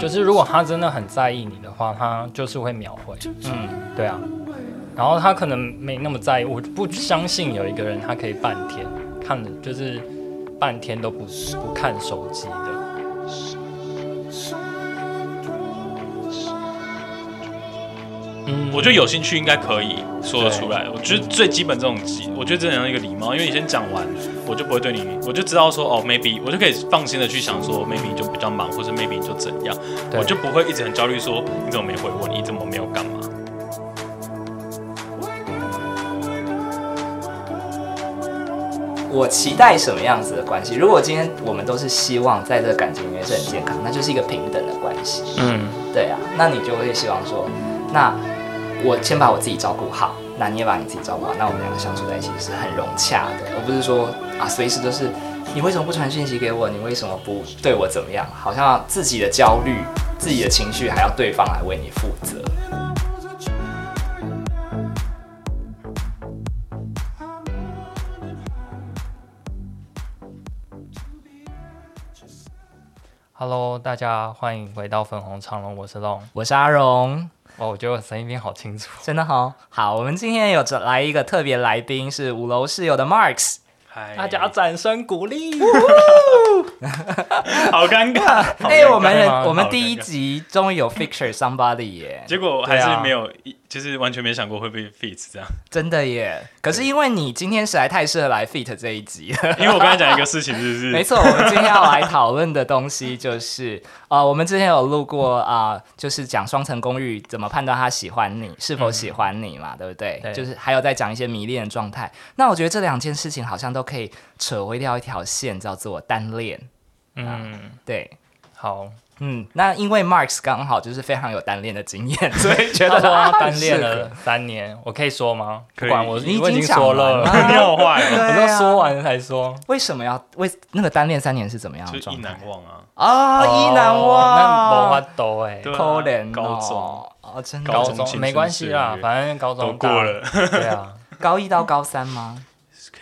就是如果他真的很在意你的话，他就是会秒回。嗯，对啊，然后他可能没那么在意，我不相信有一个人他可以半天看的，就是半天都不不看手机的。嗯，我觉得有兴趣应该可以说得出来。我觉得最基本这种基，我觉得这样一个礼貌，因为你先讲完，我就不会对你，我就知道说哦，maybe 我就可以放心的去想说，maybe 你就比较忙，或者 maybe 你就怎样，对我就不会一直很焦虑说你怎么没回我，你怎么没有干嘛？我期待什么样子的关系？如果今天我们都是希望在这个感情里面是很健康，那就是一个平等的关系。嗯，对啊，那你就会希望说，那我先把我自己照顾好，那你也把你自己照顾好，那我们两个相处在一起是很融洽的，而不是说啊随时都是你为什么不传讯息给我，你为什么不对我怎么样？好像自己的焦虑、自己的情绪还要对方来为你负责。 Hello，大家欢迎回到粉红长龙，我是龙。我是阿荣，哇，我觉得我声音变好清楚。真的好好，我们今天有找来一个特别来宾，是五楼室友的 Marks。嗨，大家掌声鼓励。好尴尬。好 哎、尴尬 我们吗人我们好第一尴尬集终于有 Picture Somebody 耶，结果还是对啊没有，一就是完全没想过会被 fit 这样。真的耶！可是因为你今天实在太适合来 fit 这一集了，因为我刚才讲一个事情，就是没错，我们今天要来讨论的东西就是，呃，我们之前有录过啊、呃就是讲双层公寓怎么判断他喜欢你是否喜欢你嘛，对不对？对就是还有在讲一些迷恋的状态。那我觉得这两件事情好像都可以扯回掉一条线，叫做单恋。嗯，对，好，嗯，那因为 Marks 刚好就是非常有单恋的经验，所以觉他得说他啊单恋适合了三年，我可以说吗？可以不管我你已我已经经说讲完了， 了你好坏哦，我啊对都啊说完了才说。为什么要为那个单恋三年是怎么样的就状意态难？忘啊。啊，哦一难那没忘，法抖哎。对啊可怜哦高中哦，真的高高高中青中春没关系啦岁，月反正高中都过了大，对啊，一到高三吗？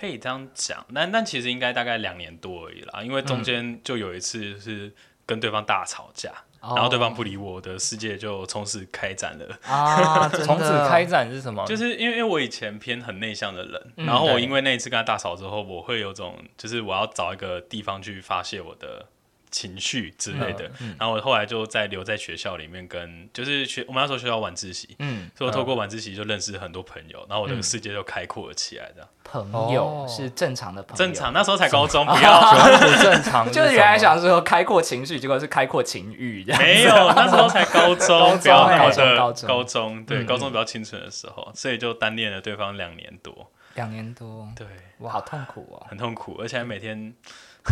可以这样讲，但但其实应该大概两年多而已啦，因为中间就有一次是跟对方大吵架，哦然后对方不理我，我的世界就从此开展了。啊， 真的从此开展是什么？就是是因为因为我以前偏很内向的人，哦嗯然后我对因为那一次跟他大吵之后，我会有种就是我要找一个地方去发泄我的情绪之类嗯的。然后我后来就在留在学校里面跟，就是学我们那时候学校晚自习，嗯所以我透过晚自习就认识很多朋友，然后我的世界就开阔了起来。这样朋友哦是正常的朋友，正。常，那时候才高中，不要不正常， 就是原来想说开阔情绪，结果是开阔情 欲这样。没有，那时候才高中，不要高搞中高的中高中，对，高中比较清纯的时候，所以就单恋了对方两年多，两年多，对，哇，好痛苦哦！很痛苦，而且还每天。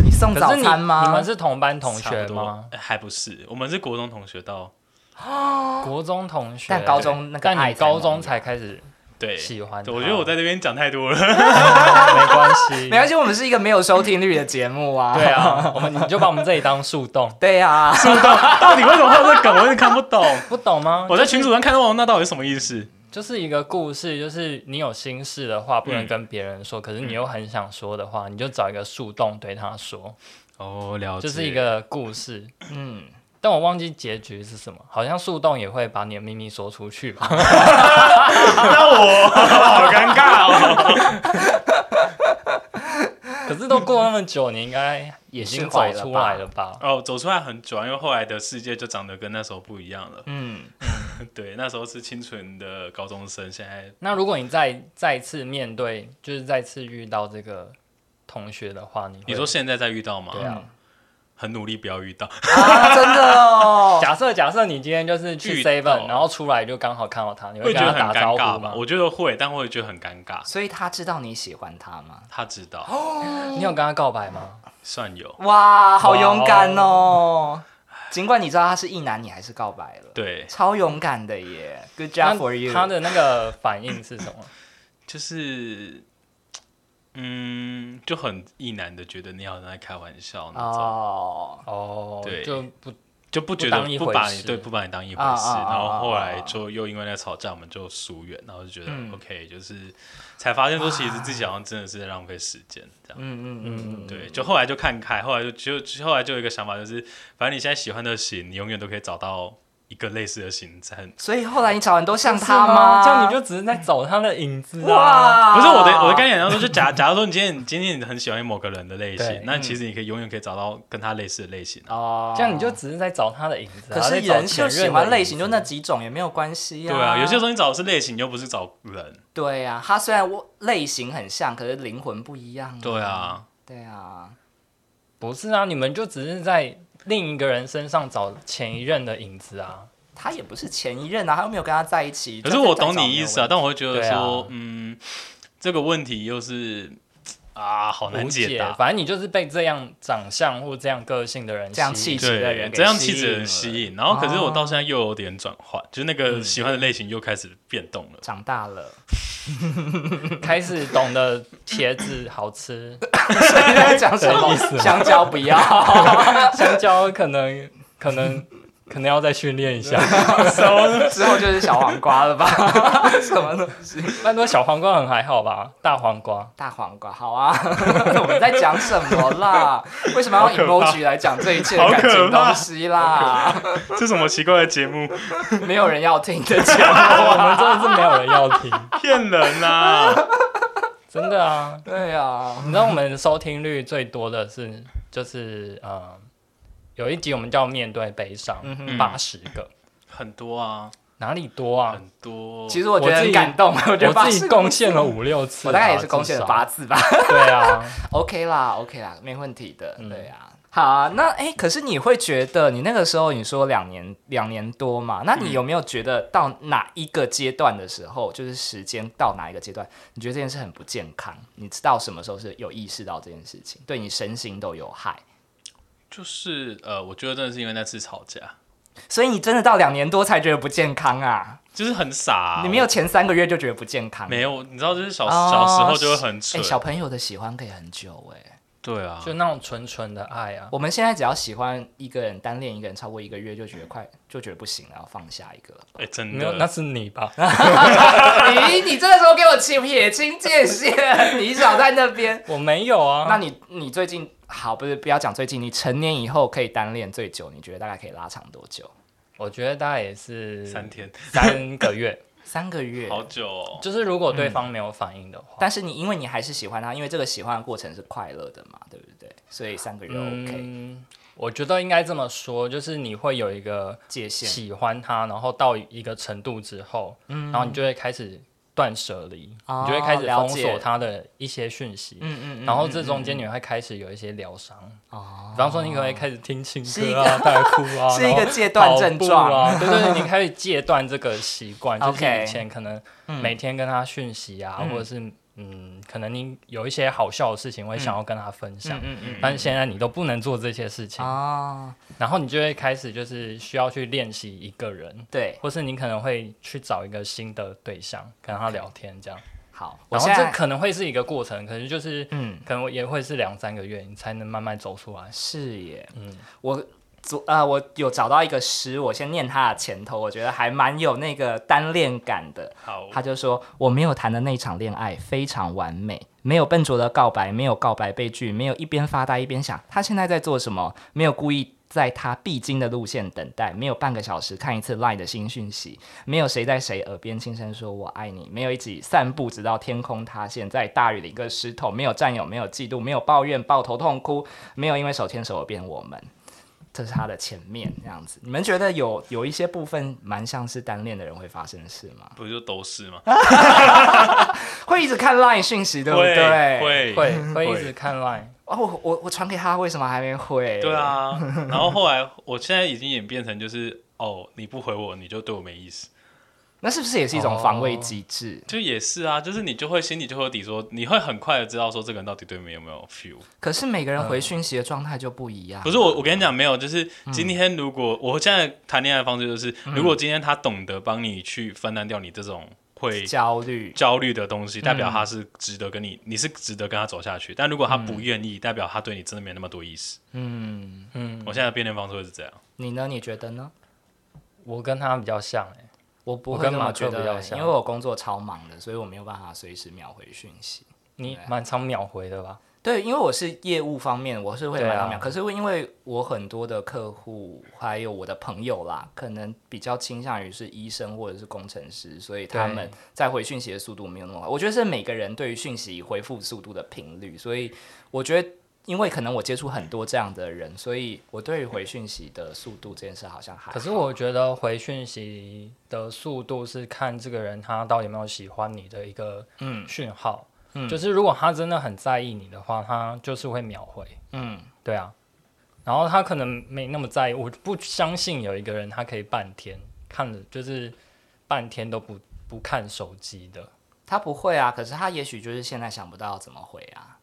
你送可早是你餐吗？你们是同班同差学不多吗？？呃还不是，我们是国中同学到国中同学，但高中那个但爱你才萌高中才开始，对喜欢对他我觉得我在这边讲太多了， 哦没关系， 没关系，我们是一个没有收听率的节目啊。对，啊，我们你就把我们这里当树洞，对啊，到底为什么会有这梗，我有点看不懂。不懂吗？我在群组上看到，那到底是什么意思？就是一个故事，就是你有心事的话不能嗯跟别人说，可是你又很想说的话，你就找一个树洞对他说，哦，了解，就是一个故事。嗯，但我忘记结局是什么，好像树洞也会把你的秘密说出去吧？ 那我好尴尬哦。 可是都过那么久，你应该已经走出来了吧？哦，走出来很久啊，因为后来的世界就长得跟那时候不一样了。嗯，对，那时候是清纯的高中生，现在那如果你再再次面对，就是再次遇到这个同学的话，你会你说现在再遇到吗？对啊，很努力不要遇到。啊，真 的哦，假设假设你今天就是去遇到 seven，然后出来就刚好看到他，你 会会觉跟他得很打尴招尬呼吧吗？？我觉得会，但会觉得很尴尬。所以他知道你喜欢他吗？他知 道，你有跟他告白吗？算有。哇，好勇敢哦！尽管你知道他是异男，你还是告白了，对，超勇敢的耶！Good 那 job for you。他的那个反应是什 么？就是，嗯，就很意难的觉得你好像在开玩笑那种。哦，哦，对就不就不觉得不当一不回把你事对不把你当一回啊事，啊啊然后后啊啊来就又因为那吵架，我们就疏远，然后就觉得、嗯 OK，就是才发现说其实自己好像真的是在浪费时间这样。嗯嗯嗯对，就后来就看开，后来就就就后来就有一个想法，就是反正你现在喜欢的型，你永远都可以找到一个类似的型在。所以后来你找人都像是他吗？这样你就只是在找他的影子啊。哇，不是我的，我的概念当中，就假 假如说你今天你今天你很喜欢某个人的类型对，嗯那其实你可以永远可以找到跟他类似的类型啊。哦，这样你就只是在找他的影子、啊。可是在找人就前任喜的欢影类型子就那几种也没有关系呀、对啊，有些时候你找的是类型，又不是找人。对啊，他虽然我类型很像，可是灵魂不嗯一样、对，啊，对啊，不是啊，你们就只是在另一个人身上找前一任的影子啊。他也不是前一任啊，他又没有跟他在一起。可是我懂你意思啊，但我会觉得对说啊，嗯，这个问题又是啊，好难无解答。反正你就是被这样长相或这样个性的人这样吸气引质的人对，给这样吸气质的人引吸了嗯引，然后可是我到现在又有点转换，就是那个喜欢的类型又开始变动了。长大 了，开始懂得茄子好吃， 你在讲什么？香蕉不要，香蕉可能可能可能要再训练一 下。之后就是小黄瓜了吧？ 什么东西？那多小黄瓜很还好吧？大黄瓜大黄瓜，好啊！ 我们在讲什么啦？为什么要用好可怕 emoji 来讲这一切的感好可情怕东西啦？这什么奇怪的节 目？没有人要听的节 目。我们真的是没有人要听， 骗人啊！真的啊。对啊，你知道我们收听率最多的是就是呃，有一集我们叫面对悲伤嗯，哼八十、个 很多啊，哪里多啊？很多。其实我觉得我自很己感动，我觉得我自己贡献了五，五六次吧，我大概也是贡献了至少八次吧。对 啊， OK 啦，OK 啦，没问题的，嗯对啊。好啊，那哎、诶可是你会觉得你那个时候你说两年两年多嘛？那嗯你有没有觉得到哪一个阶段的时候，就是时间到哪一个阶段，你觉得这件事很不健康？你知道什么时候是有意识到这件事情，对你身心都有害？就是呃，我觉得真的是因为那次吵架，所以你真的到两年多才觉得不健康啊？就是很傻啊、你没有前三个月就觉得不健康？没有，你知道，就是小、哦小时候就会很哎、蠢，小朋友的喜欢可以很久哎、对啊，就那种纯纯的爱啊。我们现在只要喜欢一个人，单恋一个人超过一个月就觉得快就觉得不行了，要放下一个了。哎、真没有，那的，是你吧？ 咦，你这个时候给我清撇清界限，你少在那边。我没有 啊。那你你最近好不是不要讲最近，你成年以后可以单恋最久，你觉得大概可以拉长多久？我觉得大概也是三天，三个 月，三个月。好久、哦，就是如果对方没有反应的话，但是你因为你还是喜欢他，因为这个喜欢的过程是快乐的嘛，对不对？所以三个月 OK、嗯，我觉得应该这么说，就是你会有一个界限喜欢他，然后到一个程度之后，然后你就会开始断舍离，嗯哦你就会开始了封解锁他的一些讯息，嗯嗯嗯然后这中间你会开始有一些疗伤，哦比方说你可能会开始听情是一歌个啊、带哭啊，哦 是一个然后戒断症跑状步啊，对对， 对你开始戒断这个习惯，就是 OK 嗯以前可能每天跟他讯息啊，或者是嗯，可能你有一些好笑的事情会想要跟他分享。嗯嗯但是现在你都不能做这些事情，哦，然后你就会开始就是需要去练习一个人，对，或是你可能会去找一个新的对象跟他聊天这样，好，我然后现这在可能会是一个过程，可能就是嗯。可能也会是两三个月，你才能慢慢走出来。是耶，嗯我昨呃，我有找到一个诗，我先念它的前头，我觉得还蛮有那个单恋感的。好，他就说：“我没有谈的那场恋爱非常完美，没有笨拙的告白，没有告白被拒，没有一边发呆一边想他现在在做什么，没有故意在他必经的路线等待，没有半个小时看一次 LINE 的新讯息，没有谁在谁耳边轻声说我爱你，没有一起散步直到天空塌陷，在大雨里一个湿透，没有占有，没有嫉妒，没有抱怨抱头痛哭，没有因为手牵手而变我们。”这是他的前面这样子，你们觉得有有一些部分蛮像是单恋的人会发生的事吗？不就都是吗？会一直看 LINE 讯息，对不会会对？。会会一直看 Line，哦，我我我传给他，为什么还没回？对。 啊。然后后来，我现在已经演变成就是哦，你不回我，你就对我没意思。那是不是也是一种防卫机哦制？就也是啊，就是你就会心里就会有底说，你会很快的知道说这个人到底对你有没有 feel。可是每个嗯人回讯息的状态就不一样。不是我，我跟你讲，没有，就是今天如果、我现在谈恋爱的方式就是，如果今天他懂得帮你去分担掉你这种会焦虑，焦虑的东西，代表他是值得跟你，你是值得跟他走下去。但如果他不愿意，代表他对你真的没那么多意思。嗯，嗯，我现在的辩论方式会是这样，你呢？你觉得呢？我跟他比较像哎、我不我会跟那么马克觉比较得，因像为我工作超忙的，所以我没有办法随时秒回讯息。你蛮常秒回的吧？对，因为我是业务方面，我是会对买啊到秒。可是因为我很多的客户，还有我的朋友啦，可能比较倾向于是医生或者是工程师，所以他对们在回讯息的速度没有那么快。我觉得是每个人对于讯息回复速度的频率，所以我觉得。因为可能我接触很多这样的人，所以我对于回讯息的速度这件事好像还好……可是我觉得回讯息的速度是看这个人他到底有没有喜欢你的一个嗯讯号，嗯就是如果他真的很在意你的话，他就是会秒回，嗯，对啊。然后他可能没那么在意，我不相信有一个人他可以半天看了就是半天都不不看手机的，他不会啊，可是他也许就是现在想不到怎么回啊，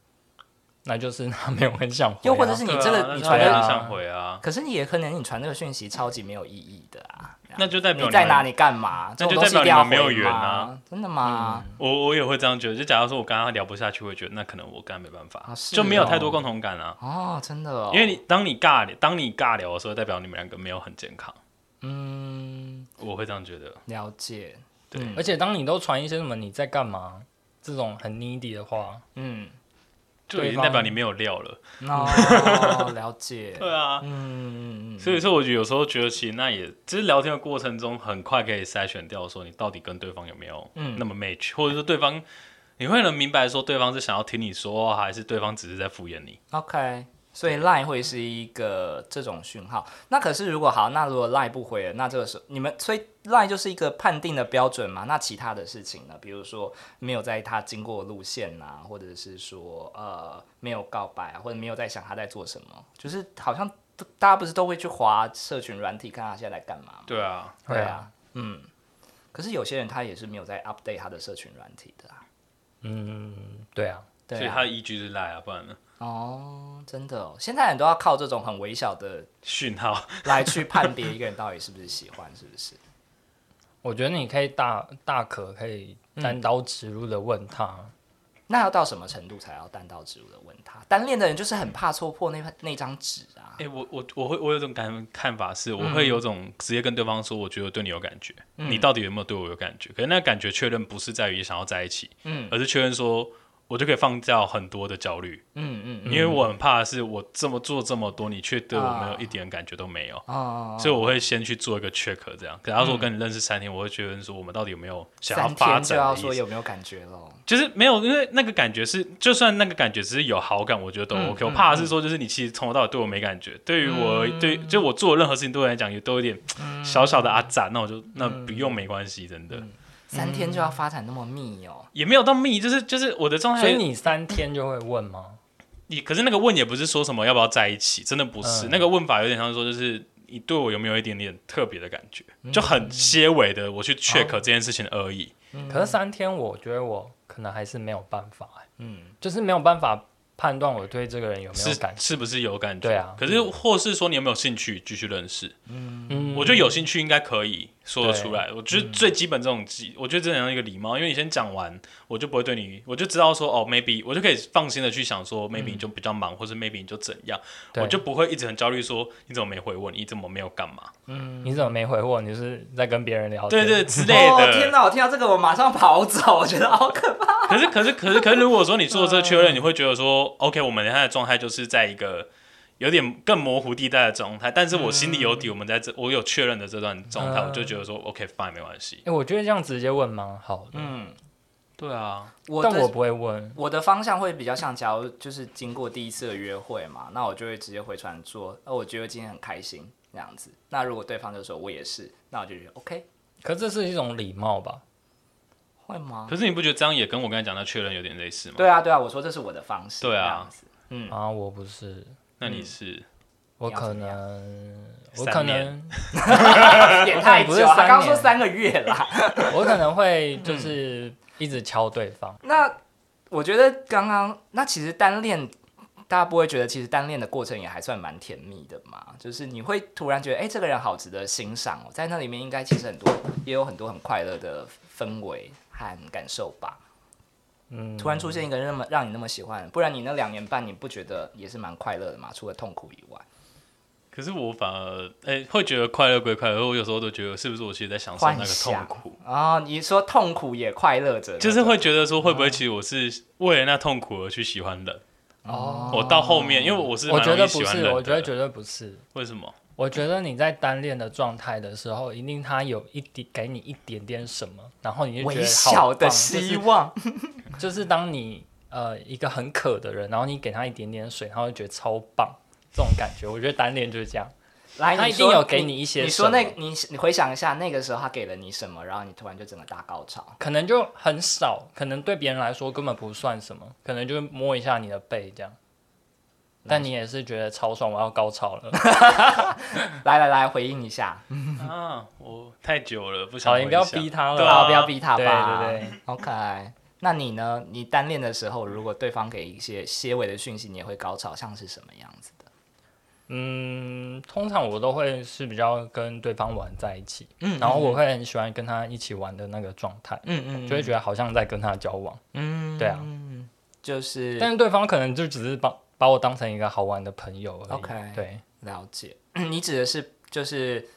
那就是他没有很想回、啊。又或者是你这对个、啊你那传就的对很啊想回啊，可是你也可能你传这个讯息超级没有意义的啊。那就代表你你在哪里？里干嘛？这那就种东西一定要回代表你们没有缘吗啊？真的吗？我我也会这样觉得。就假如说我跟他聊不下去，我会觉得那可能我跟他没办法啊，是就没有哦太多共同感啊。哦，真的哦。因为你当你尬聊，当你尬聊的时候，代表你们两个没有很健康。嗯，我会这样觉得。了解。对嗯而且当你都传一些什么你在干嘛这种很 needy 的话，嗯，就已对经方代表你没有料了。 哦，了解。对啊，嗯嗯嗯，所以说我觉得有时候觉得其实那也，只是聊天的过程中很快可以筛选掉说你到底跟对方有没有嗯那么 match，、或者说对方你会能明白说对方是想要听你说，还是对方只是在敷衍你？ OK。所以 Line 会是一个这种讯号，那可是如果好，那如果 Line 不回了，那这个时候你们所以 Line 就是一个判定的标准嘛？那其他的事情呢？比如说没有在他经过的路线呐、或者是说呃没有告白啊，或者没有在想他在做什么，就是好像都大家不是都会去划社群软体看他现在在干嘛吗？对啊，对啊，嗯。可是有些人他也是没有在 update 他的社群软体的啊，嗯，对啊，对所以啊他的依据是赖啊，不然呢？哦，真的、哦，现在人都要靠这种很微小的讯号， 来去判别一个人到底是不是喜欢，是不是？我觉得你可以大大可可以单刀直入的问他，那要到什么程度才要单刀直入的问他？单恋的人就是很怕戳破那份那张纸啊哎、。我我我会我有种感看法是，我嗯会有种直接跟对方说，我觉得我对你有感觉，你到底有没有对我有感觉？可是那感觉确认不是在于想要在一起，嗯而是确认说我就可以放掉很多的焦虑，嗯嗯嗯，因为我很怕的是我这么做这么多，你却对我没有一点感觉都没有，啊哦，嗯所以我会先去做一个 check 这样。可假如说我跟你认识三天，我会觉得说我们到底有没有想要三发天就展的要说意思？有没有感觉喽？就是没有，因为那个感觉是，就算那个感觉只是有好感，我觉得都嗯 OK。我嗯怕的是说，就是你其实从头到尾对我没感觉，对于我嗯对就我做任何事情对我来讲也都有点小小的阿展，那我嗯就那不用没关系，真的三天就要发展那么密哦？也没有到密，就是就是我的状嗯态。所以你三天就会问吗？你可是那个问也不是说什么要不要在一起，真的不是、嗯那个问法有点像说，就是你对我有没有一点点特别的感觉，嗯就很些微的我去哦 check 这件事情而已。嗯可是三天，我觉得我可能还是没有办法、欸，嗯就是没有办法判断我对这个人哦有没是有感觉。是不是有感觉？对啊可是或是说你有没有兴趣继续认识？嗯我觉得有兴趣应该可以说得出来。我觉得最基本这种基，我觉得这样一个礼貌，因为你先讲完，我就不会对你，我就知道说哦，maybe 我就可以放心的去想说，maybe 你就比较忙，或是 maybe 你就怎样，对我就不会一直很焦虑说你怎么没回我，你怎么没有干嘛？你怎么没回我？你是在跟别人聊对天？对之类的。哦天哪！我听到这个，我马上跑走，我觉得好可怕。可是可是可是可是，如果说你做这个确 认，你会觉得说，OK，我们现在的状态就是在一个有点更模糊地带的状态，但是我心里有底，我们在这我有确认的这段状态，嗯我就觉得说，OK，fine，、没关系。哎、我觉得这样直接问蛮好的，嗯，对啊，我但的我不会问。我的方向会比较像，假如就是经过第一次的约会嘛，那我就会直接回传说，呃，我觉得今天很开心这样子。那如果对方就说我也是，那我就觉得 OK，可是这是一种礼貌吧？会吗？可是你不觉得这样也跟我刚才讲的确认有点类似吗？对啊，对啊，我说这是我的方式，对啊这样子， 嗯，啊，我不是，那你是、我你要可怎么能，我三可年能， 点太不久是了，三他刚说年三个月 啦。 我可能会嗯就是一直敲对方。那我觉得刚刚那其实单恋大家不会觉得其实单恋的过程也还算蛮甜蜜的嘛？就是你会突然觉得，哎、这个人好值得欣赏哦，在那里面应该其实很多也有很多很快乐的氛围和感受吧。嗯，突然出现一个那么让你那么喜欢，不然你那两年半你不觉得也是蛮快乐的嘛？除了痛苦以外，可是我反而哎、会觉得快乐归快乐，我有时候都觉得是不是我其实在享受那幻个想痛苦，啊、哦，你说痛苦也快乐着，就是会觉得说会不会其实我是为了那痛苦而去喜欢人。哦，我到后面，因为我是我蛮觉容得易喜不欢是人，的，我觉得绝对不是。为什么？我觉得你在单恋的状态的时候，一定他有一点给你一点点什么，然后你就觉微得小好的棒，希望，就是就是当你呃一个很渴的人，然后你给他一点点水，他会觉得超棒，这种感觉。我觉得单恋就是这样， 来，他你一定说有给你一些你说什么那，你你回想一下那个时候他给了你什么，然后你突然就整个大高潮。可能就很少，可能对别人来说根本不算什么，可能就摸一下你的背这样。但你也是觉得超爽，我要高潮 了。来来来，回应一下，啊，我太久了，不嗯好，想回你想。不要逼他了对啦，啊好不要逼他对吧。对对。 OK，那你呢？你单恋的时候，如果对方给一些些微的讯息，你也会高潮，像是什么样子的？嗯，通常我都会是比较跟对方玩在一起，嗯然后我会很喜欢跟他一起玩的那个状态，嗯嗯就会觉得好像在跟他交往，嗯对啊，就是但是对方可能就只是把把我当成一个好玩的朋友而已。 OK 对，了解。你指的是就是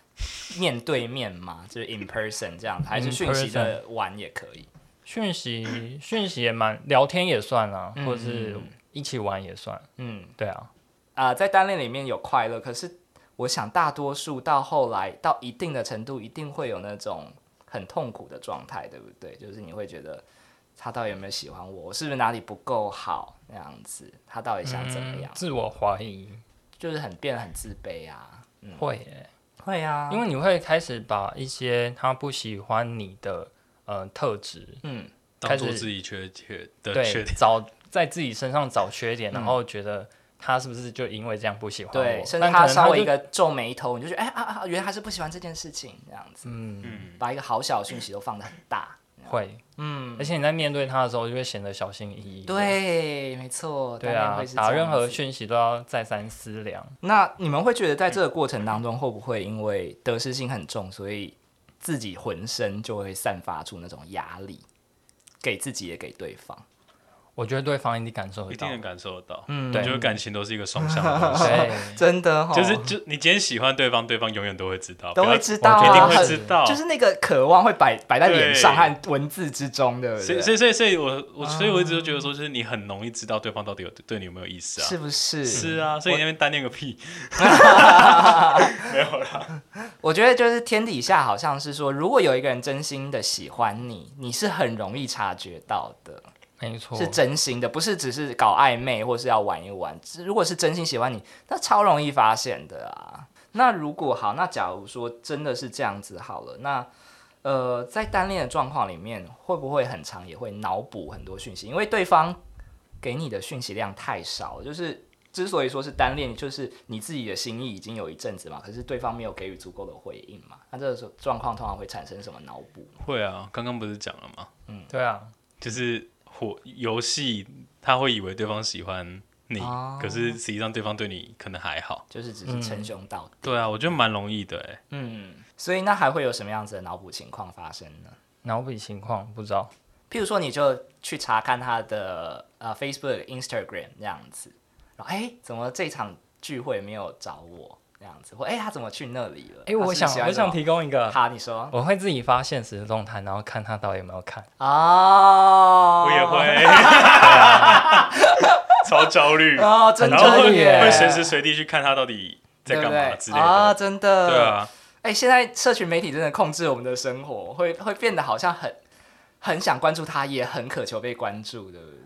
面对面吗？就是 in person 这样子，还嗯是 In 讯息的玩也可以？讯息 讯息也蛮，聊天也算啊，嗯或者是一起玩也算，嗯，对啊，啊、在单恋里面有快乐，可是我想大多数到后来到一定的程度，一定会有那种很痛苦的状态，对不对？就是你会觉得他到底有没有喜欢我，我是不是哪里不够好那样子，他到底想怎么样嗯，自我怀疑就是很变得很自卑啊。会耶、会啊因因为为你会开始把一些他不喜欢你的呃特质，嗯，当做自己缺缺的缺对，点，找在自己身上找缺点，嗯然后觉得他是不是就因为这样不喜欢我？对，甚至哦但可能稍微就一个皱眉头，你就觉得哎啊啊，原来他是不喜欢这件事情，这样子，嗯嗯，把一个好小的讯息都放得很大。会，嗯，而且你在面对他的时候就会显得小心翼翼。，对，没错，对单恋啊会是，打这样任何子讯息都要再三思量。那你们会觉得在这个过程当中，会不会因为得失心很重，所以自己浑身就会散发出那种压力，给自己也给对方？我觉得对方一定感受一得到定，能感受得到。嗯我对觉得感情都是一个双向的东西，对， 真的哦就是就你今天喜欢对方，对方永远都会知道，都不会要知道、啊，我一定会很知道。就是那个渴望会摆摆在脸上对和文字之中，对不所以对？所以所以所以我我所以我一直都觉得说，就是你很容易知道对方到底有对你有没有意思啊。是不是？是啊，所以你那边单恋个屁，我觉得就是天底下好像是说，如果有一个人真心的喜欢你，你是很容易察觉到的。没错是，真心的，不是只是搞暧昧或是要玩一玩。只如果是真心喜欢你，那超容易发现的啊。那如果好，那假如说真的是这样子好了，那呃，在单恋的状况里面，会不会很长也会脑补很多讯息？因为对方给你的讯息量太少了，就是之所以说是单恋，就是你自己的心意已经有一阵子嘛，可是对方没有给予足够的回应嘛，那这个时候状况通常会产生什么脑补？会啊，刚刚不是讲了吗？对啊，就是火游戏，他会以为对方喜欢你，哦可是实际上对方对你可能还好。就是只是称兄道弟。对啊，我觉得蛮容易的哎、嗯，所以那还会有什么样子的脑补情况发生呢？脑比情况不知道，譬如说，你就去查看他的呃 Facebook、Instagram 这样子，然后哎、诶怎么这场聚会没有找我这样子，或哎、诶他怎么去那里了？哎，我他想是不是喜欢我想什么提供一个，好，你说我会自己发现实动态，然后看他到底有没有看。哦，我也 会，超焦虑，哦，真然后的会耶，会随时随地去看他到底在干嘛之类对不对啊，的。真的，对，啊，哎、现在社群媒体真的控制我们的生活，会会变得好像很很想关注他，也很渴求被关注，对不对？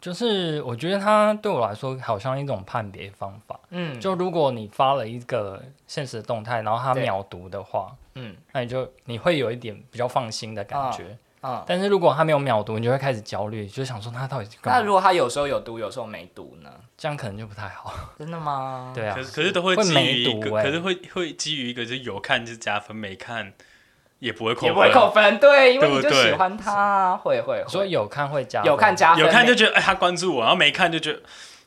就是我觉得他对我来说好像一种判别方法，嗯，就如果你发了一个现实动态，然后他对秒读的话，嗯那你就你会有一点比较放心的感觉。嗯。但是如果他没有秒读，你就会开始焦虑，就想说他到底是那干嘛？如果他有时候有读，有时候没读呢？这样可能就不太好。真的吗？对啊可，是可是都会会基于一梅个，毒欸可是会会基于一个，就是有看就是加分，没看也不会扣也不会扣分。分，对，因为对你不就对喜欢他，会会所会，以有看会加分，有看加分，有看就没觉得哎、他关注我，然后没看就觉得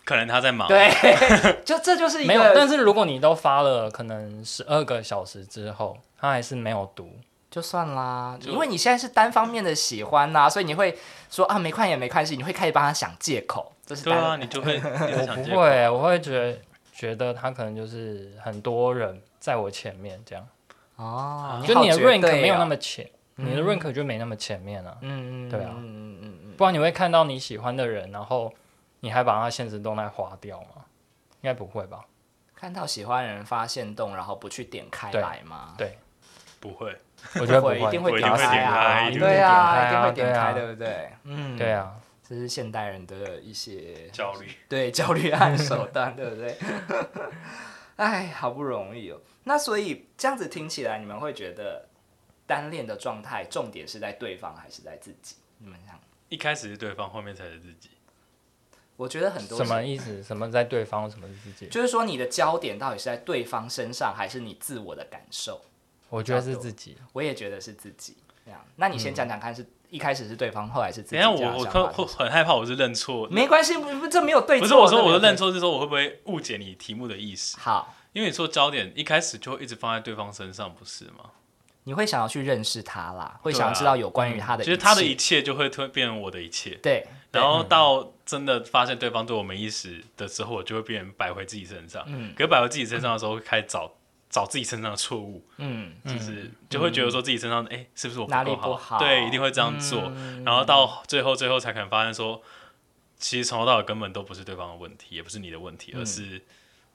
可能他在忙， 对，啊就这就是一没有，但个，是如果你都发了可能十二个小时之后，他还是没有读，就算啦，就因为你现在是单方面的喜欢呐、所以你会说啊没看也没关系，你会开始帮他想借口，这是对当然啊，你就 会你我会哦不想借口会，我会觉得觉得他可能就是很多人在我前面这样，哦，就你的好绝 rank 对哦没有那么前，嗯你的 rank 就没那么前面啊，嗯嗯，对啊嗯嗯嗯嗯，不然你会看到你喜欢的人，然后你还把他现实动态划掉吗？应该不会吧？看到喜欢的人发现动，然后不去点开对来吗？对，不会，我觉得不一定我会一定点会开点开啊，一定会对啊，一定会点点开啊开，对对不对？嗯，对，啊，这是现代人的一些焦虑。对焦虑和手段，对不对？ 哎，好不容易哦。那所以这样子听起来，你们会觉得单恋的状态重点是在对方还是在自己？你们想，一开始是对方，后面才是自己。我觉得很多什么意思？什么在对方，什么是自己？就是说你的焦点到底是在对方身上，还是你自我的感受？我觉得是自己。我也觉得是自己这样。那你先讲讲看是，一开始是对方，后来是自己嗯等这一下样我的想法。我我会很害怕，我是认错。没关系，不不，这没有对错。不是我说，这没我有是认对。错是说我会不会误解你题目的意思？好，因为你说焦点一开始就一直放在对方身上，不是吗？你会想要去认识他啦，会对想要啊知道有关于他的一其切，实他的一切就会突然变成我的一切，对，嗯然后到真的发现对方对我没意思的时候，我就会变成摆回自己身上。嗯可是摆回自己身上的时候，会开始找找自己身上的错误，嗯，就是就会觉得说自己身上哎、诶是不是我哪里够不好嗯对，一定会这样做。然后到最后最后才可能发现说，其实从头到尾根本都不是对方的问题，也不是你的问题，而是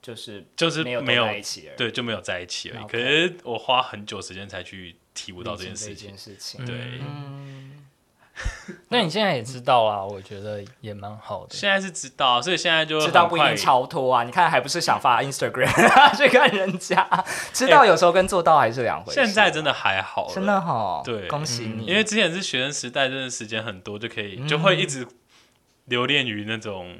就是就是没有没有走在一起而已，对就没有在一起而已。 OK 可是我花很久时间才去体悟到这件事这情件。事情，对，嗯，那你现在也知道啊，我觉得也蛮好的。现在是知道，所以现在就知道很不一快嗯定超脱啊，你看还不是想发 Instagram 去看人 家，知道有时候跟做到还是两回事。现在真的还好了，真的哈，对嗯恭喜你，因为之前是学生时代，真的时间很多，就可以、嗯就会一直留恋于那种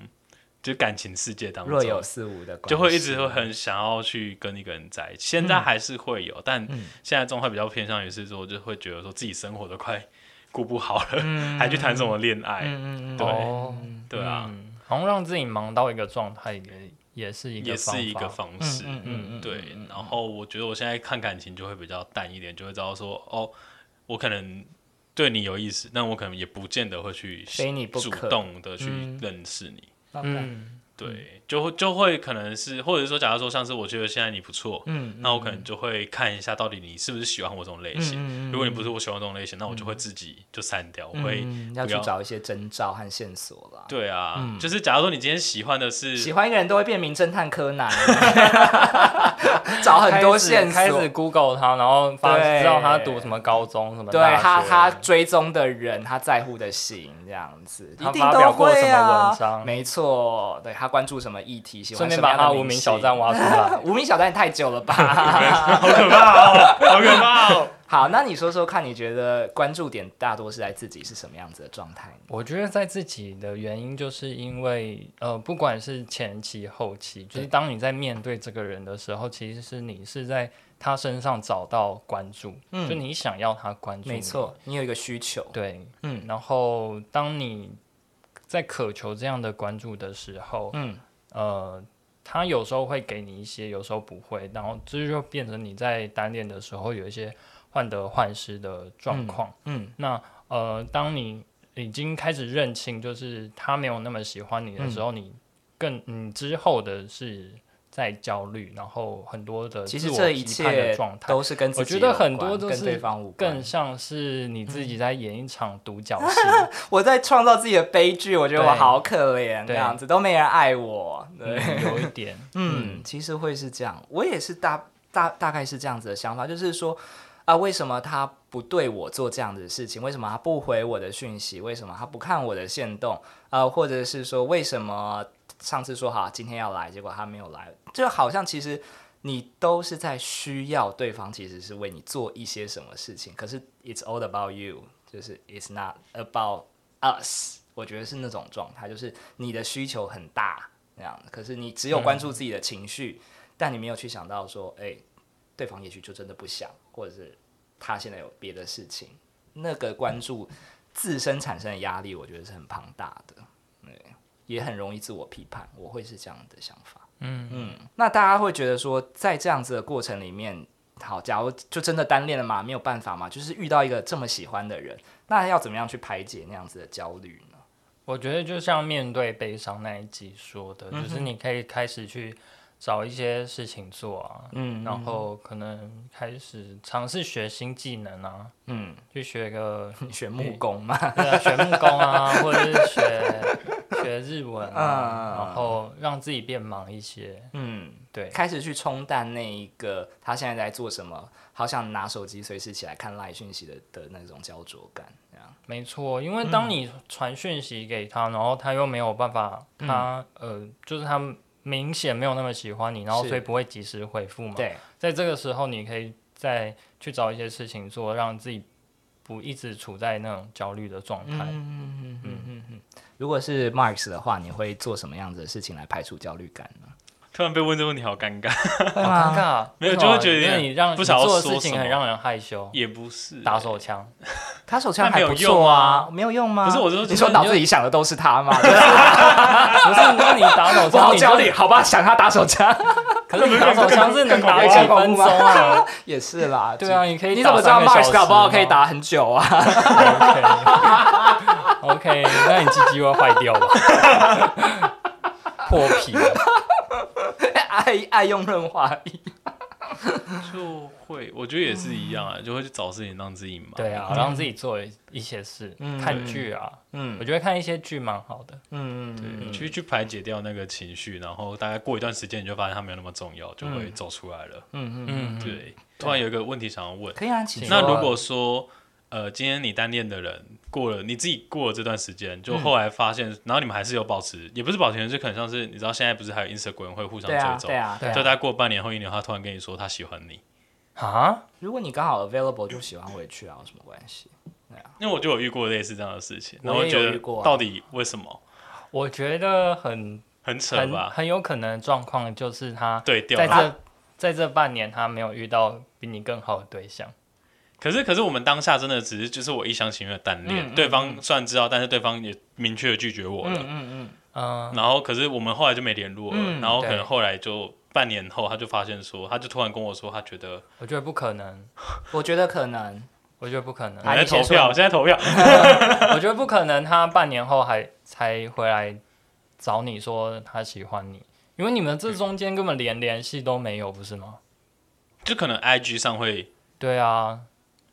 就感情世界当若有中，似无的关系，就会一直会很想要去跟一个人在一起。现嗯在还是会有，但现在状态比较偏向于是说，就会觉得说自己生活都快顾不好了， 还去谈什么恋爱？嗯嗯嗯嗯对哦，对啊，嗯，好像让自己忙到一个状态，也也是一个也是一方个法。方式。嗯嗯嗯，对，然后我觉得我现在看感情就会比较淡一点，就会知道说，哦，我可能对你有意思，但我可能也不见得会去非你不主可动的去嗯认识你。嗯嗯，对，就会就会可能是，或者说，假如说像是我觉得现在你不错，嗯那我可能就会看一下到底你是不是喜欢我这种类型。嗯嗯嗯如果你不是我喜欢这种类型，那我就会自己就删掉，我会嗯要不去要找一些征兆和线索啦。对啊，就是假如说你今天喜欢的是嗯喜欢一个人都会变名侦探柯南， 找很多线开始开索始。Google 他，然后发对知道他读什么高中什么对大学啊他，他追踪的人，他在乎的型，这样子，他一定发都表过会什么啊。文章没错，对他关注什么议题，喜欢顺便什么把样的他无名小 站挖出来明。星。无名小站也太久了吧？好可怕哦，好可怕哦。 好，那你说说看，你觉得关注点大多是在自己是什么样子的状态呢？ 我觉得在自己的原因，就是因为呃，不管是前期后期，就是当你在面对这个人的时候，其实是你是在他身上找到关注，就你想要他关注，嗯没，错，你有一个需求，对，嗯然后当你在渴求这样的关注的时候，嗯，呃，他有时候会给你一些，有时候不会，然后这就变成你在单恋的时候有一些患得患失的状况。嗯那呃，当你已经开始认清，就是他没有那么喜欢你的嗯时候，你更你之后的是在焦虑，然后很多的其自实我这一批判的切状态。都是跟自我己觉有关，得很多都跟对是方无关嗯更。像是你自己在演一场独角 戏，我在创造自己的悲剧，我觉得我对好可怜，这对样子都没人爱我。对，嗯 有一点，嗯，其实会是这样，我也是大大大概是这样子的想法，就是说啊，为什么他不对我做这样的事情？为什么他不回我的讯息？为什么他不看我的线动？呃，或者是说为什么上次说好今天要来，结果他没有来？就好像其实。你都是在需要对方，其实是为你做一些什么事情。可是 it's all about you，就是 it's not about us。我觉得是那种状态，就是你的需求很大那样，可是你只有关注自己的情绪，但你没有去想到说，哎、对方也许就真的不想，或者是他现在有别的事情，那个关注自身产生的压力，我觉得是很庞大的。也很容易自我批判，我会是这样的想法。嗯嗯，那大家会觉得说，在这样子的过程里面，好，假如就真的单恋了嘛，没有办法嘛，就是遇到一个这么喜欢的人，那要怎么样去排解那样子的焦虑呢？我觉得就像面对悲伤那一集说的，就是你可以开始去找一些事情做啊，嗯然后可能开始尝试学新技能啊，嗯，去学个你学木工嘛，对啊， 学木工啊，或者是学学日文啊，嗯然后让自己变忙一些。嗯，对，开始去冲淡那一个他现在在做什么，好想拿手机随时起来看赖讯息的的那种焦灼感，这样，没错，因为当你传讯息给他，然后他又没有办法，他呃，就是他明显没有那么喜欢你，然后是所以不会及时回复嘛。对，在这个时候，你可以再去找一些事情做，让自己不一直处在那种焦虑的状态。嗯嗯嗯嗯嗯。如果是 Marks 的话，你会做什么样子的事情来排除焦虑感呢？哦突然被问这问题，好尴尬。 好尴尬，啊没有啊为什么就会觉得有因点为你让不想要你做说的事什情么很让人害羞，也不是欸打手枪。 他手枪那没还有不用错啊，没有用吗？不是我是说你说就是脑子里想的都是他吗？不是，啊那你打手我枪，好你焦就虑，好吧，想他打手枪可是你打 手枪是能打更几更分钟 啊？也是啦。对啊，，你可以你怎么知道 Marks 搞不好可以打很久啊？ ？OK，那你鸡鸡会坏掉吧？破皮了，爱爱用润滑液。就会，我觉得也是一样啊，就会去找事情让自己忙。对啊，让自己做一些事，嗯看剧啊，嗯我觉得看一些剧蛮好的。嗯对，嗯去去排解掉那个情绪，然后大概过一段时间，你就发现它没有那么重要，就会走出来了。嗯嗯，嗯，，对，啊突然有一个问题想要问，可以啊，请说那啊如果说呃，今天你单恋的人过了，你自己过了这段时间，就后来发现，然后你们还是有保持，也不是保持，就可能像是你知道现在不是还有 Instagram 会互相对啊追对踪，啊对对啊，就大概过半年或一年后，他突然跟你说他喜欢你，啊，如果你刚好 available 就喜欢回去啊，有什么关系？因为我就有遇过类似这样的事情，然后我也觉有得遇过啊到底为什么我觉得很很扯很吧？很有可能的状况就是他对调在了。这在这半年他没有遇到比你更好的对象。可是可是我们当下真的只是就是我一厢情愿的单恋，嗯嗯对方虽然知道，但是对方也明确的拒绝我了。嗯嗯，然后可是我们后来就没联络了，嗯然后可能对后来就半年后，他就发现说，他就突然跟我说，他觉得我觉得不可能，嗯，我觉得可能我觉得不可能我。啊在你先哎投说票，我现在投票，我觉得不可能，他半年后还才回来找你说他喜欢你，因为你们这中间根本连联系都没有，不是吗？就可能 IG 上会对啊，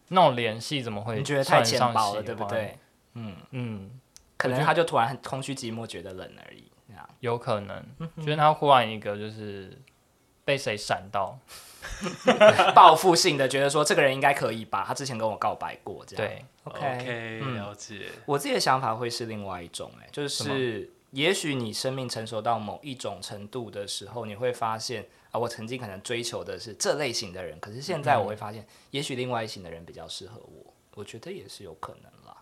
那种联系怎么会你觉得太算浅上薄了，喜对不欢？对？嗯，嗯，可能他就突然很空虚寂寞，觉得冷而已。这样有可能，觉得他忽然一个就是被谁闪到，报复性的觉得说这个人应该可以吧，他之前跟我告白过，这样。对， OK， OK 嗯了解，我自己的想法会是另外一种、哎，就什是也许你生命成熟到某一种程度的时候，你会发现啊，我曾经可能追求的是这类型的人，可是现在我会发现，也许另外一型的人比较适合我，我觉得也是有可能啦。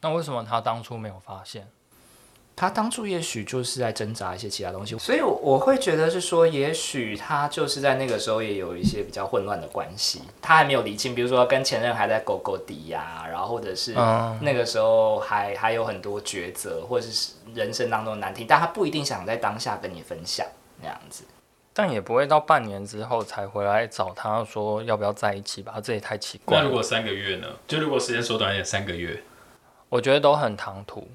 那为什么他当初没有发现？他当初也许就是在挣扎一些其他东西，所以我我会觉得是说，也许他就是在那个时候也有一些比较混乱的关系，他还没有理清，比如说跟前任还在勾勾底呀、然后或者是嗯那个时候还还有很多抉择，或者是人生当中的难题，但他不一定想在当下跟你分享那样子。但也不会到半年之后才回来找他说要不要在一起吧，这也太奇怪那了。如果三个月呢？就如果时间缩短一点，三个月。我觉得都很唐突。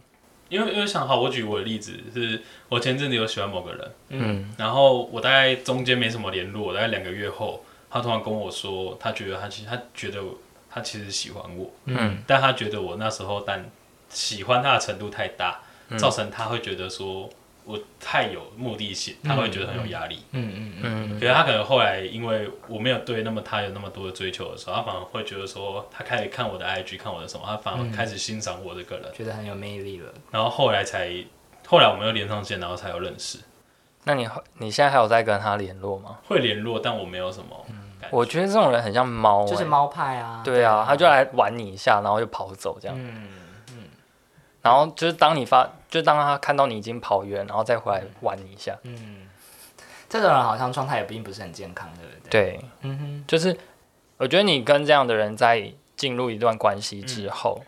因为因为想好，我举我的例子是，我前阵子有喜欢某个人，嗯，然后我大概中间没什么联络，大概两个月后，他突然跟我说，他觉得他其实他觉得他其实喜欢我，嗯，但他觉得我那时候但喜欢他的程度太大，嗯造成他会觉得说我太有目的性，他会觉得很有压力。嗯嗯嗯可是他可能后来因为我没有对那么他有那么多的追求的时候，他反而会觉得说他开始看我的 IG，看我的什么，他反嗯而开始欣赏我这个人，觉得很有魅力了。然后后来才后来我们又连上线，然后才有认识，那你后你现在还有在跟他联络吗？会联络，但我没有什嗯么感觉。我觉得这种人很像猫、欸，就是猫派啊，对啊，他就来玩你一下，然后就跑走这样。嗯，然后就是当你发，就当他看到你已经跑远，然后再回来玩你一下。嗯这种人好像状态也并不是很健康，对不对？对，嗯哼。就是我觉得你跟这样的人在进入一嗯段关系之后，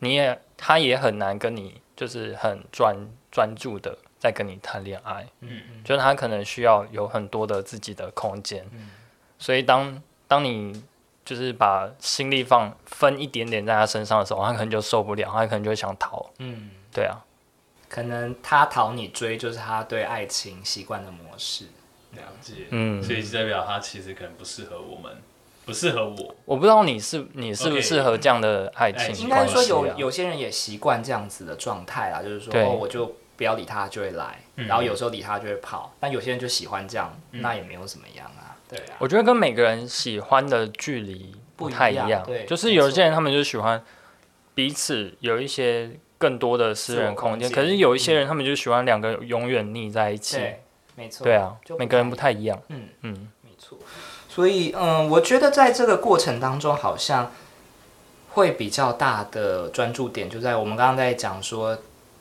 你也他也很难跟你就是很专专注的在跟你谈恋爱，嗯就是他可能需要有很多的自己的空间，嗯所以当当你就是把心力放分一点点在他身上的时候，他可能就受不了，他可能就会想逃，嗯，对啊，可能他讨你追，就是他对爱情习惯的模式。了解，嗯，所以代表他其实可能不适合我们，不适合我。我不知道你是你适不 OK 哎适合这样的爱情、爱关情应该说系啊有有些人也习惯这样子的状态啦，就是说对哦，我就不要理他，他就会来，嗯然后有时候理他就会跑，但有些人就喜欢这样，那也没有怎么样啊，对啊，我觉得跟每个人喜欢的距离太不一样对就是没有错些人他们就喜欢彼此有一些更多的私人空间，自我空间可是有一些人他们就喜欢两个永远腻在一起。对，没错，对啊就，每个人不太一样。嗯嗯，没错，所以嗯，我觉得在这个过程当中，好像会比较大的专注点就在我们刚刚在讲说，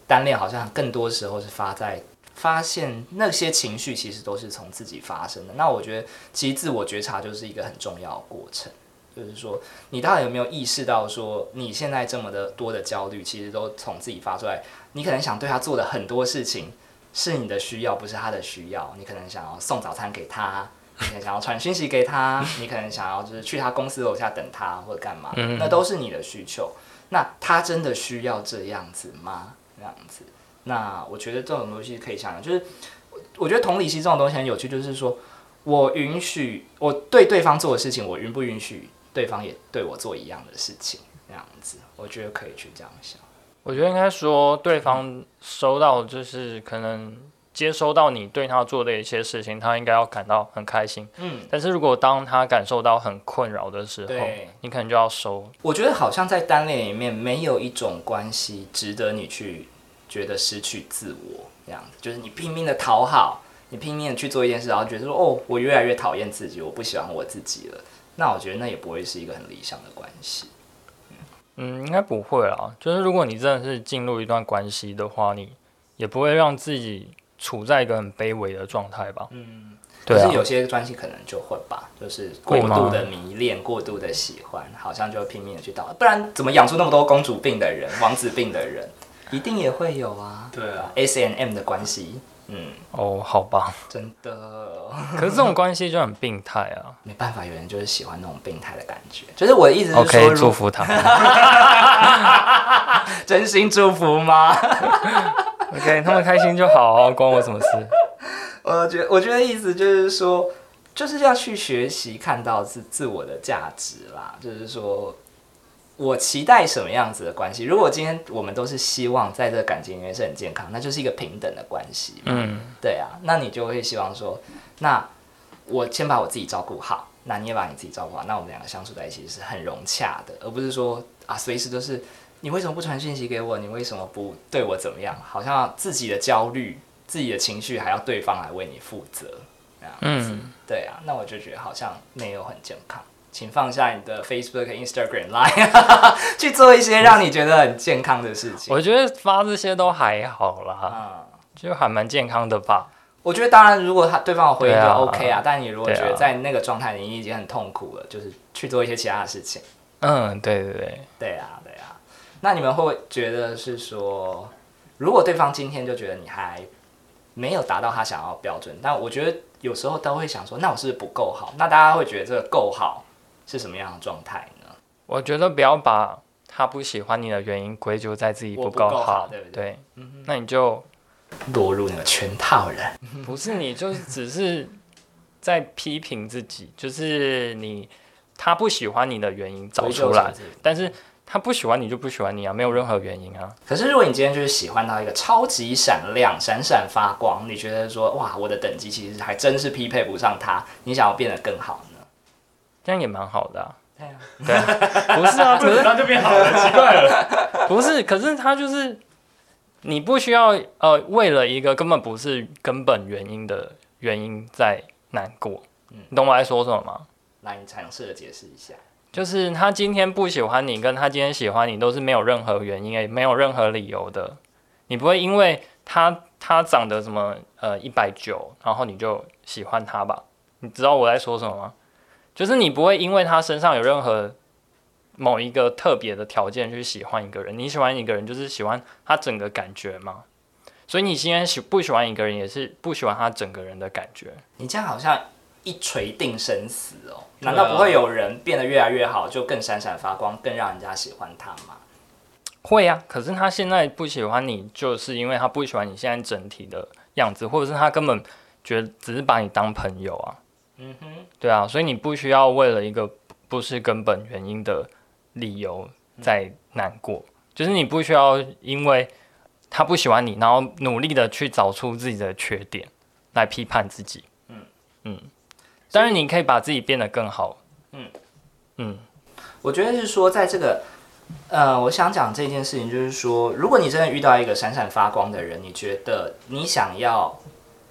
单恋好像更多时候是发在发现那些情绪其实都是从自己发生的。那我觉得其实自我觉察就是一个很重要的过程。就是说，你到底有没有意识到，说你现在这么的多的焦虑，其实都从自己发出来。你可能想对他做的很多事情，是你的需要，不是他的需要。你可能想要送早餐给他，你可能想要传讯息给他，你可能想要就是去他公司楼下等他或者干嘛，嗯那都是你的需求。那他真的需要这样子吗？这样子，那我觉得这种东西可以想想，就是我我觉得同理心这种东西很有趣，就是说我允许我对对方做的事情，我允不允许对方也对我做一样的事情，这样子，我觉得可以去这样想。我觉得应该说，对方收到就是可能接收到你对他做的一些事情，他应该要感到很开心。嗯，但是如果当他感受到很困扰的时候对，你可能就要收。我觉得好像在单恋里面，没有一种关系值得你去觉得失去自我这样子，就是你拼命的讨好，你拼命的去做一件事，然后觉得说哦，我越来越讨厌自己，我不喜欢我自己了。那我觉得那也不会是一个很理想的关系。嗯，应该不会啦。就是如果你真的是进入一段关系的话，你也不会让自己处在一个很卑微的状态吧？嗯，对可啊是，有些关系可能就会吧，就是过度的迷恋、过度的喜欢，好像就会拼命的去讨好，不然怎么养出那么多公主病的人、王子病的人？一定也会有啊。对啊， S N M 的关系，嗯，哦，好 吧。真的。可是这种关系就很病态啊。没办法，有人就是喜欢那种病态的感觉。就是我的意思是说 OK，如祝福他。真心祝福吗？ OK，他们开心就好，啊关我什么事？我觉我觉得意思就是说，就是要去学习看到自自我的价值啦。就是说我期待什么样子的关系？如果今天我们都是希望在这个感情里面是很健康，那就是一个平等的关系嘛。嗯，对啊，那你就会希望说，那我先把我自己照顾好，那你也把你自己照顾好，那我们两个相处在一起是很融洽的，而不是说啊，随时都是你为什么不传讯息给我？你为什么不对我怎么样？好像自己的焦虑、自己的情绪还要对方来为你负责，这样子。嗯对啊，那我就觉得好像没有很健康。请放下你的 Facebook、Instagram、Line，去 做一些让你觉得很健康的事情。我觉得发这些都还好啦，啊。就还蛮健康的吧。我觉得当然，如果他对方有回应就对啊 OK 啊，但你如果对觉啊得在那个状态里你已经很痛苦了，就是去做一些其他的事情。嗯，对对对，对啊，对啊。那你们会不会觉得是说，如果对方今天就觉得你还没有达到他想要的标准，但我觉得有时候都会想说，那我是不是不够好？那大家会觉得这个够好是什么样的状态呢？我觉得不要把他不喜欢你的原因归咎在自己我不够够好对对嗯不那你就落入那个圈套人。不是你，就是只是在批评自己，就是你他不喜欢你的原因找出来，但是他不喜欢你就不喜欢你啊，没有任何原因啊。可是如果你今天就是喜欢到一个超级闪亮、闪闪发光，你觉得说哇，我的等级其实还真是匹配不上他，你想要变得更好呢？这样也蛮好的、啊，对啊，对啊，不是啊，可这是那就变好了，奇怪了。 不是，可是他就是你不需要呃，为了一个根本不是根本原因的原因在难过，嗯你懂我在说什么吗？来，你尝试的解释一下。就是他今天不喜欢你，跟他今天喜欢你都是没有任何原因，也没有任何理由的。你不会因为他他长得什么呃一百九然后你就喜欢他吧？你知道我在说什么吗？就是你不会因为他身上有任何某一个特别的条件去喜欢一个人，你喜欢一个人就是喜欢他整个感觉嘛。所以你今天喜不喜欢一个人，也是不喜欢他整个人的感觉。你这样好像一锤定生死哦。对啊难道不会有人变得越来越好，就更闪闪发光，更让人家喜欢他吗？会啊，可是他现在不喜欢你，就是因为他不喜欢你现在整体的样子，或者是他根本觉得只是把你当朋友啊。嗯哼，对啊，所以你不需要为了一个不是根本原因的理由再难过，就是你不需要因为他不喜欢你，然后努力的去找出自己的缺点来批判自己。嗯嗯嗯，当然你可以把自己变得更好。嗯嗯嗯，我觉得是说，在这个，呃，我想讲这件事情，就是说，如果你真的遇到一个闪闪发光的人，你觉得你想要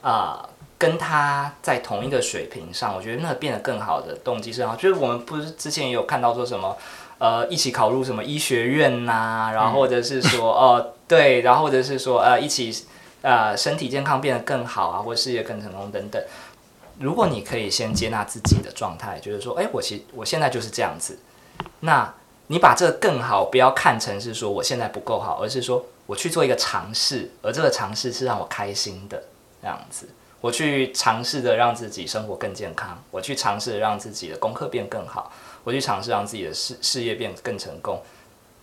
啊、跟他在同一个水平上，我觉得那变得更好的动机是好，就是我们不是之前也有看到说什么。呃，一起考入什么医学院呐、然后或者是说，哦、对，然后或者是说，呃，一起，呃，身体健康变得更好啊，或事业更成功等等。如果你可以先接纳自己的状态，就是说，哎，我其我现在就是这样子，那你把这个更好不要看成是说我现在不够好，而是说我去做一个尝试，而这个尝试是让我开心的这样子。我去尝试的让自己生活更健康，我去尝试地让自己的功课变更好，我去尝试让自己的事事业变更成功。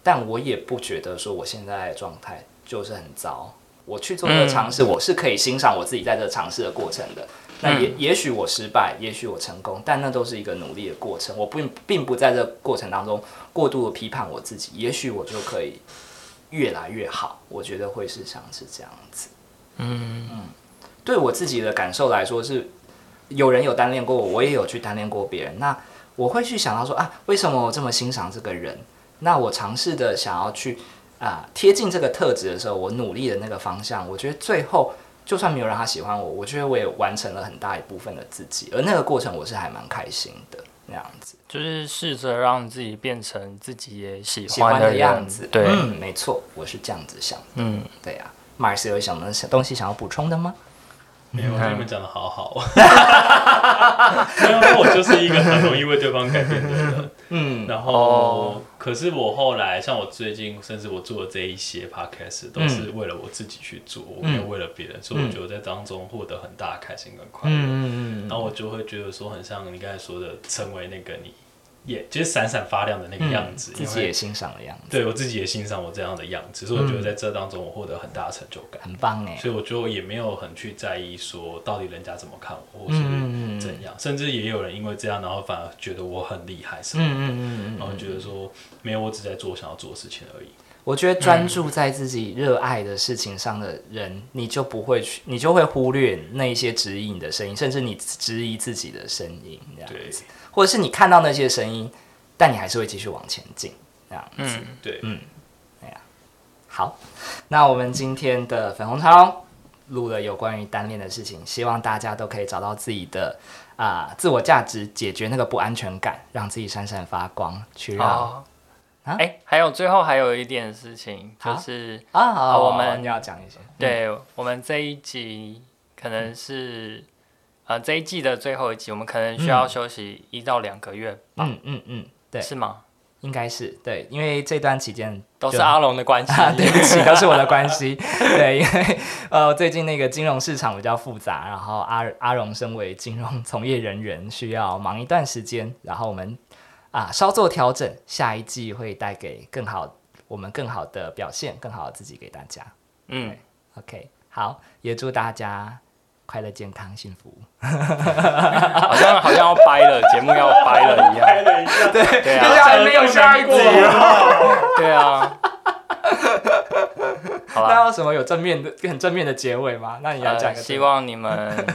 但我也不觉得说我现在的状态就是很糟。我去做这个尝试，我是可以欣赏我自己在这个尝试的过程的。那也也许我失败，也许我成功，但那都是一个努力的过程。我并并不在这个过程当中过度的批判我自己，也许我就可以越来越好。我觉得会是像是这样子。嗯嗯，对我自己的感受来说是，有人有单恋过我，我也有去单恋过别人。那我会去想到说啊，为什么我这么欣赏这个人？那我尝试的想要去啊贴近这个特质的时候，我努力的那个方向，我觉得最后就算没有让他喜欢我，我觉得我也完成了很大一部分的自己，而那个过程我是还蛮开心的那样子。就是试着让自己变成自己也喜喜欢的人样子。对，嗯，没错，我是这样子想的。嗯，对呀、马尔斯有什么东西想要补充的吗？没有，我觉得你们讲的好好。 没有，因为我就是一个很容易为对方改变的人。嗯，然后哦，可是我后来，像我最近，甚至我做的这一些 podcast，都是为了我自己去做，我没有为了别人，所以我觉得在当中获得很大的开心跟快乐。嗯嗯嗯然后我就会觉得说，很像你刚才说的，成为那个你，也就是闪闪发亮的那个样子，嗯自因己为也欣赏的样子，对我自己也欣赏我这样的样子，所以我觉嗯得在这当中我获得很大的成就感，很棒哎。所以我就也没有很去在意说到底人家怎么看我，或是嗯嗯嗯嗯怎样，甚至也有人因为这样，然后反而觉得我很厉害什么的。嗯嗯嗯然后觉得说没有，我只在做想要做的事情而已。我觉得专注在自己热爱的事情上的人，你就不会去，你就会忽略那一些指引的声音，甚至你质疑自己的声音，这样对子，或者是你看到那些声音，但你还是会继续往前进，这样。嗯对，嗯 好，那我们今天的粉红超录了有关于单恋的事情，希望大家都可以找到自己的啊、自我价值，解决那个不安全感，让自己闪闪发光，去让啊、嗯好。啊哎、还有最后还有一点事情，就好嗯是好我们你要讲一些，对我们这一集可嗯能是呃这一季的最后一集，我们可能需要休息一到两个月，嗯嗯嗯，对，是吗？应该是对，因为这段期间都是就阿龙的关 系，啊，对不 起，都是我的关系。对，因为呃，最近那个金融市场比较复杂，然后阿阿荣身为金融从业人员，需要忙一段时间，然后我们啊稍作调整，下一季会带给更好我们更好的表现，更好的自己给大家。嗯， OK，好，也祝大家快乐、健康、幸福。好像好像要掰了，节目要掰了一 样，了一下，对大啊，家还没有下一集 对啊，好那吧，有什么有正面的、很正面的结尾吗？那你要讲呃，一个正面、希望你们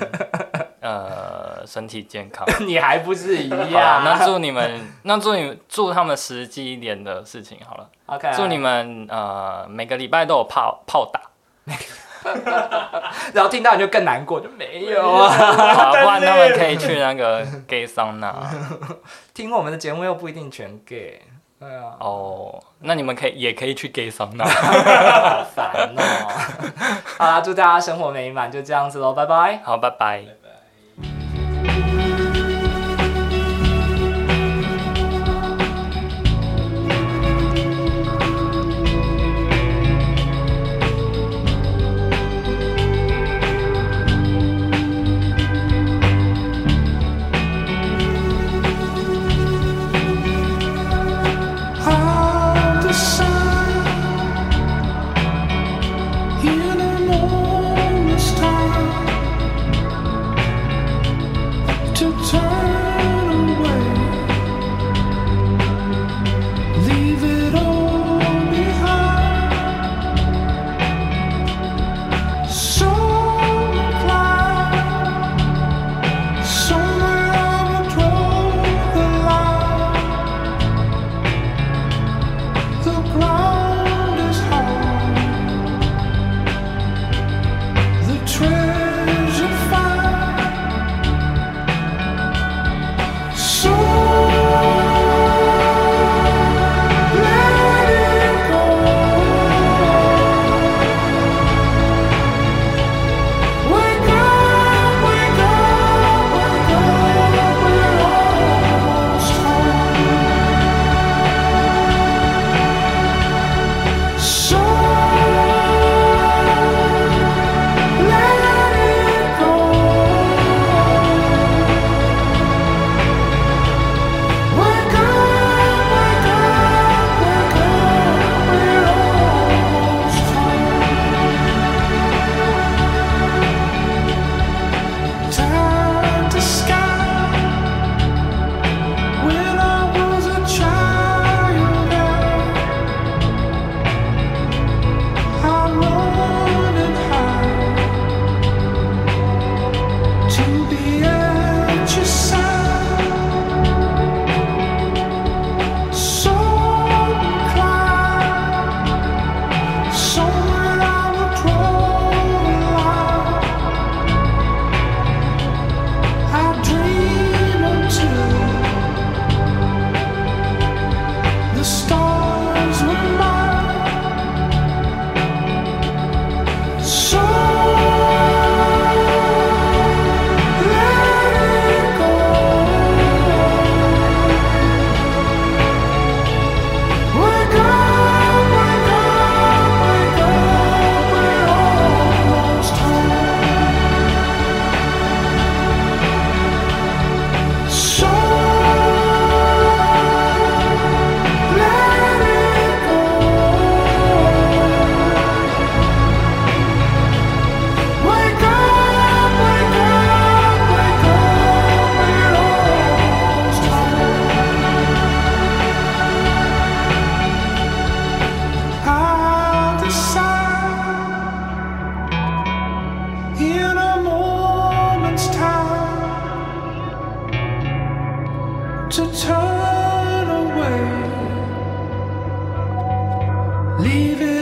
呃身体健康。 你还不是一好啦那样。祝你们，那祝你们祝他们实际一点的事情好了。 OK，祝你们呃每个礼拜都有炮炮 打，然后听到你就更难过，就没有啊。啊，不然他们可以去那个 gay 桑拿 听我们的节目又不一定全 gay，哎呀，哦。那你们可以也可以去 gay 桑拿，好烦哦。 好啦，祝大家生活美满，就这样子喽，拜拜。好，拜拜。拜 turn away. Leave it all behind. So fly somewhere I will draw the line. The ground is hard. The treasure found. So let it go. Wake up, wake up, wake up. We're almost home. So let it go. Wake up, wake up, wake up, we're almost home. Time to sky. When I was a child, I'm running high to be at your side. So climb, somewhere I will draw the line. I dream until the stars were mine. So let it go. Wake up, wake up, wake up, we're almost home. So let it go. Wake up, wake up, wake up, we're almost home. I'll decide in a moment's time to turn away, leave it.